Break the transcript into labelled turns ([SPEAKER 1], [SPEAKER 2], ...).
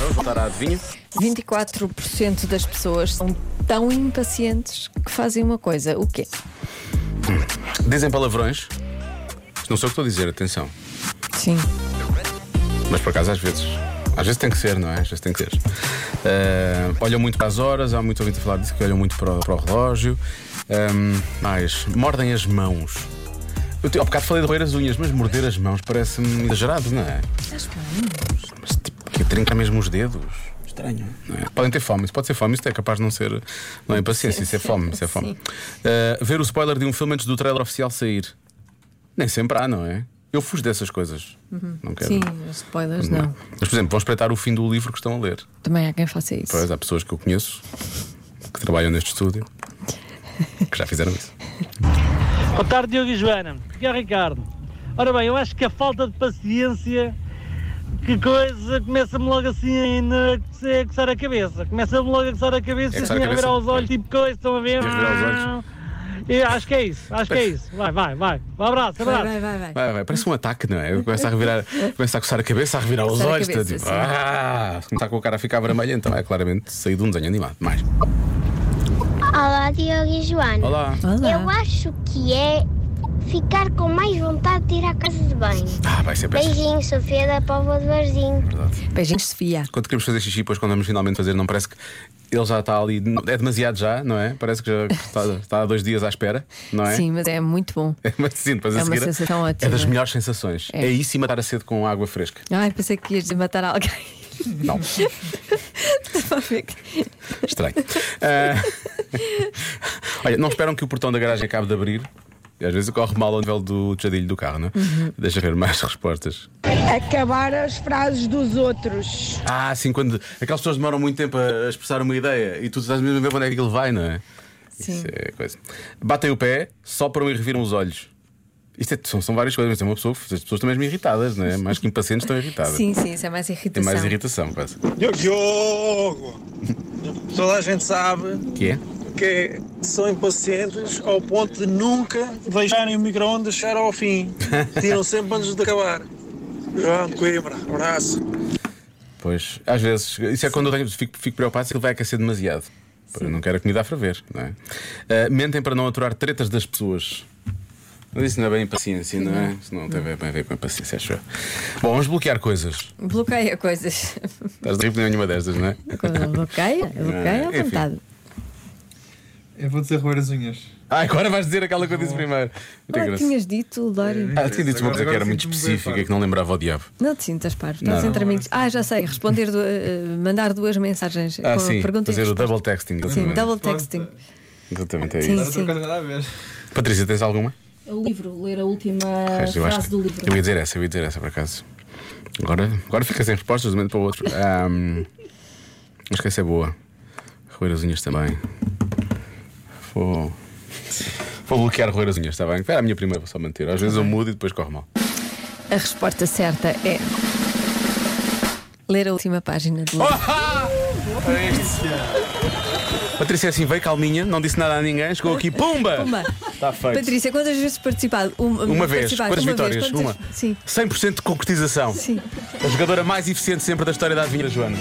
[SPEAKER 1] Vamos voltar à adivinha.
[SPEAKER 2] 24% das pessoas são tão impacientes que fazem uma coisa. O quê?
[SPEAKER 1] Dizem palavrões. Isto Não sei o que estou a dizer, atenção.
[SPEAKER 2] Sim.
[SPEAKER 1] Mas por acaso às vezes. Às vezes tem que ser, não é? Às vezes tem que ser. Ah, olham muito para as horas, há muito ouvinte a falar disso, que olham muito para o, para o relógio. Ahm, mais, mordem as mãos. Eu te, ao bocado falei de roer as unhas, mas morder as mãos parece-me exagerado, não é? Mas tipo, que trinca mesmo os dedos. Estranho. Não é? Podem ter fome, isso pode ser fome, isto é capaz de não ser. Não é impaciência, isso é fome, isso é fome.
[SPEAKER 2] Sim.
[SPEAKER 1] Ah, ver o spoiler de um filme antes do trailer oficial sair. Nem sempre há, não é? Eu fujo dessas coisas. Não quero.
[SPEAKER 2] Uhum. Sim, os spoilers não.
[SPEAKER 1] Mas, por exemplo, vão espreitar o fim do livro que estão a ler.
[SPEAKER 2] Também há quem faça isso.
[SPEAKER 1] Pois, há pessoas que eu conheço que trabalham neste estúdio que já fizeram isso.
[SPEAKER 3] Boa tarde, Diogo e Joana. Aqui é o Ricardo. Ora bem, eu acho que a falta de paciência, que coisa, começa-me logo assim a coçar- a coçar a cabeça. Começa-me logo a coçar a cabeça
[SPEAKER 1] É
[SPEAKER 3] e
[SPEAKER 1] coçar a
[SPEAKER 3] assim a
[SPEAKER 1] cabeça.
[SPEAKER 3] virar os olhos, tipo coisa, estão a ver?
[SPEAKER 1] É virar os
[SPEAKER 3] Eu acho que é isso, acho que é isso. Vai, vai, vai. Um abraço, um abraço.
[SPEAKER 2] vai, vai.
[SPEAKER 1] Vai, vai, parece um ataque, não é? Eu começo a revirar, começo a coçar a cabeça, a revirar os
[SPEAKER 2] Coçar a
[SPEAKER 1] olhos, está
[SPEAKER 2] cabeça,
[SPEAKER 1] tipo,
[SPEAKER 2] sim.
[SPEAKER 1] ah! Se começar com o cara a ficar vermelho, então é claramente sair de um desenho animado. Mais.
[SPEAKER 4] Olá, Diogo e Joana.
[SPEAKER 1] Olá!
[SPEAKER 4] Eu
[SPEAKER 2] Olá.
[SPEAKER 4] acho que é ficar com mais vontade de ir à casa de banho.
[SPEAKER 1] Ah, vai ser péssimo.
[SPEAKER 4] Beijinho, Sofia da Póvoa do Varzinho.
[SPEAKER 2] Beijinhos, Sofia.
[SPEAKER 1] Quando queremos fazer xixi, depois quando vamos finalmente fazer, não parece que ele já está ali, é demasiado já, não é? Parece que já está, está há dois dias à espera, não é?
[SPEAKER 2] Sim, mas é muito bom.
[SPEAKER 1] Mas sim, depois a
[SPEAKER 2] É uma
[SPEAKER 1] seguir,
[SPEAKER 2] sensação
[SPEAKER 1] É
[SPEAKER 2] ótima.
[SPEAKER 1] das melhores sensações. É,
[SPEAKER 2] É.
[SPEAKER 1] isso e matar a sede com água fresca.
[SPEAKER 2] Ai, pensei que ias matar alguém.
[SPEAKER 1] Não,
[SPEAKER 2] Estava a ver que-
[SPEAKER 1] estranho. Ah, Olha, não esperam que o portão da garagem acabe de abrir. E Às vezes corre mal ao nível do tejadilho do carro, não é?
[SPEAKER 2] Uhum.
[SPEAKER 1] Deixa ver mais respostas.
[SPEAKER 5] Acabar É as frases dos outros.
[SPEAKER 1] Ah, sim, quando aquelas pessoas demoram muito tempo a a expressar uma ideia e tu estás mesmo a ver para onde é que ele vai, não é?
[SPEAKER 2] Sim.
[SPEAKER 1] Isso é coisa. Batem o pé, sopram e reviram os olhos. Isto é- são, são várias coisas, mas é uma pessoa, as pessoas estão mesmo irritadas, não é? Mais que impacientes estão irritadas.
[SPEAKER 2] Sim, sim, isso é mais
[SPEAKER 1] Tem
[SPEAKER 2] irritação.
[SPEAKER 1] mais irritação, quase.
[SPEAKER 6] Diogo, Diogo! Toda a gente sabe
[SPEAKER 1] Que é?
[SPEAKER 6] que são impacientes ao ponto de nunca deixarem o micro-ondas chegar ao fim. Tiram sempre antes de acabar. João de Coimbra, abraço.
[SPEAKER 1] Pois, às vezes, isso é quando eu tenho- fico, fico preocupado se ele vai aquecer demasiado. Pois, eu não quero a comida a ferver, não é? Ah, mentem para não aturar tretas das pessoas. Mas isso não é bem impaciência, não é? Isso não tem bem bem a ver com impaciência, acho eu. Bom, vamos bloquear coisas.
[SPEAKER 2] Bloqueia coisas.
[SPEAKER 1] Estás a rir por nenhuma destas, não é?
[SPEAKER 2] Quando bloqueia, bloqueia à
[SPEAKER 1] Enfim.
[SPEAKER 2] vontade.
[SPEAKER 7] Eu vou dizer roer as unhas.
[SPEAKER 1] Ah, agora vais dizer aquela que eu disse primeiro. Muito
[SPEAKER 2] Ah,
[SPEAKER 1] engraçado.
[SPEAKER 2] tinhas dito, Dória.
[SPEAKER 1] Ah, tinha dito uma coisa que
[SPEAKER 7] Agora
[SPEAKER 1] era muito
[SPEAKER 7] sinto-me bem,
[SPEAKER 1] específica
[SPEAKER 7] pá.
[SPEAKER 1] que não lembrava o diabo.
[SPEAKER 2] Não te sintas parvo,
[SPEAKER 1] Não,
[SPEAKER 2] estás
[SPEAKER 1] não.
[SPEAKER 2] entre amigos. Ah, já sei, responder, du- eh, mandar duas mensagens
[SPEAKER 1] Ah,
[SPEAKER 2] com
[SPEAKER 1] sim,
[SPEAKER 2] perguntas.
[SPEAKER 1] fazer o double texting.
[SPEAKER 2] Sim,
[SPEAKER 1] Exatamente,
[SPEAKER 2] double texting.
[SPEAKER 1] Exatamente, é
[SPEAKER 2] Sim.
[SPEAKER 1] isso.
[SPEAKER 7] Agora não quero nada a ver.
[SPEAKER 1] Patrícia, tens alguma?
[SPEAKER 8] O livro, ler a última
[SPEAKER 1] Resto, eu, acho
[SPEAKER 8] frase
[SPEAKER 1] que-
[SPEAKER 8] do livro.
[SPEAKER 1] eu ia dizer essa, eu ia dizer essa por acaso. Agora, agora fica sem respostas de um momento para o outro. Ahm, acho que essa é boa. Roer as unhas também. Vou. Vou bloquear roer as unhas, está bem? Era a minha primeira, vou só manter. Às
[SPEAKER 8] Tá
[SPEAKER 1] vezes eu mudo e depois corre mal.
[SPEAKER 2] A resposta certa é. Ler a última página do livro.
[SPEAKER 1] Patrícia assim veio calminha, não disse nada a ninguém, chegou aqui, pumba!
[SPEAKER 2] Pumba.
[SPEAKER 1] Está feito.
[SPEAKER 2] Patrícia, quantas vezes participado?
[SPEAKER 1] Uma vez,
[SPEAKER 2] participaste?
[SPEAKER 1] quantas
[SPEAKER 2] Uma
[SPEAKER 1] vitórias?
[SPEAKER 2] vez, quantas-
[SPEAKER 1] Uma.
[SPEAKER 2] Sim.
[SPEAKER 1] 100% de concretização.
[SPEAKER 2] Sim.
[SPEAKER 1] A jogadora mais eficiente sempre da história da Adivinha da Joana.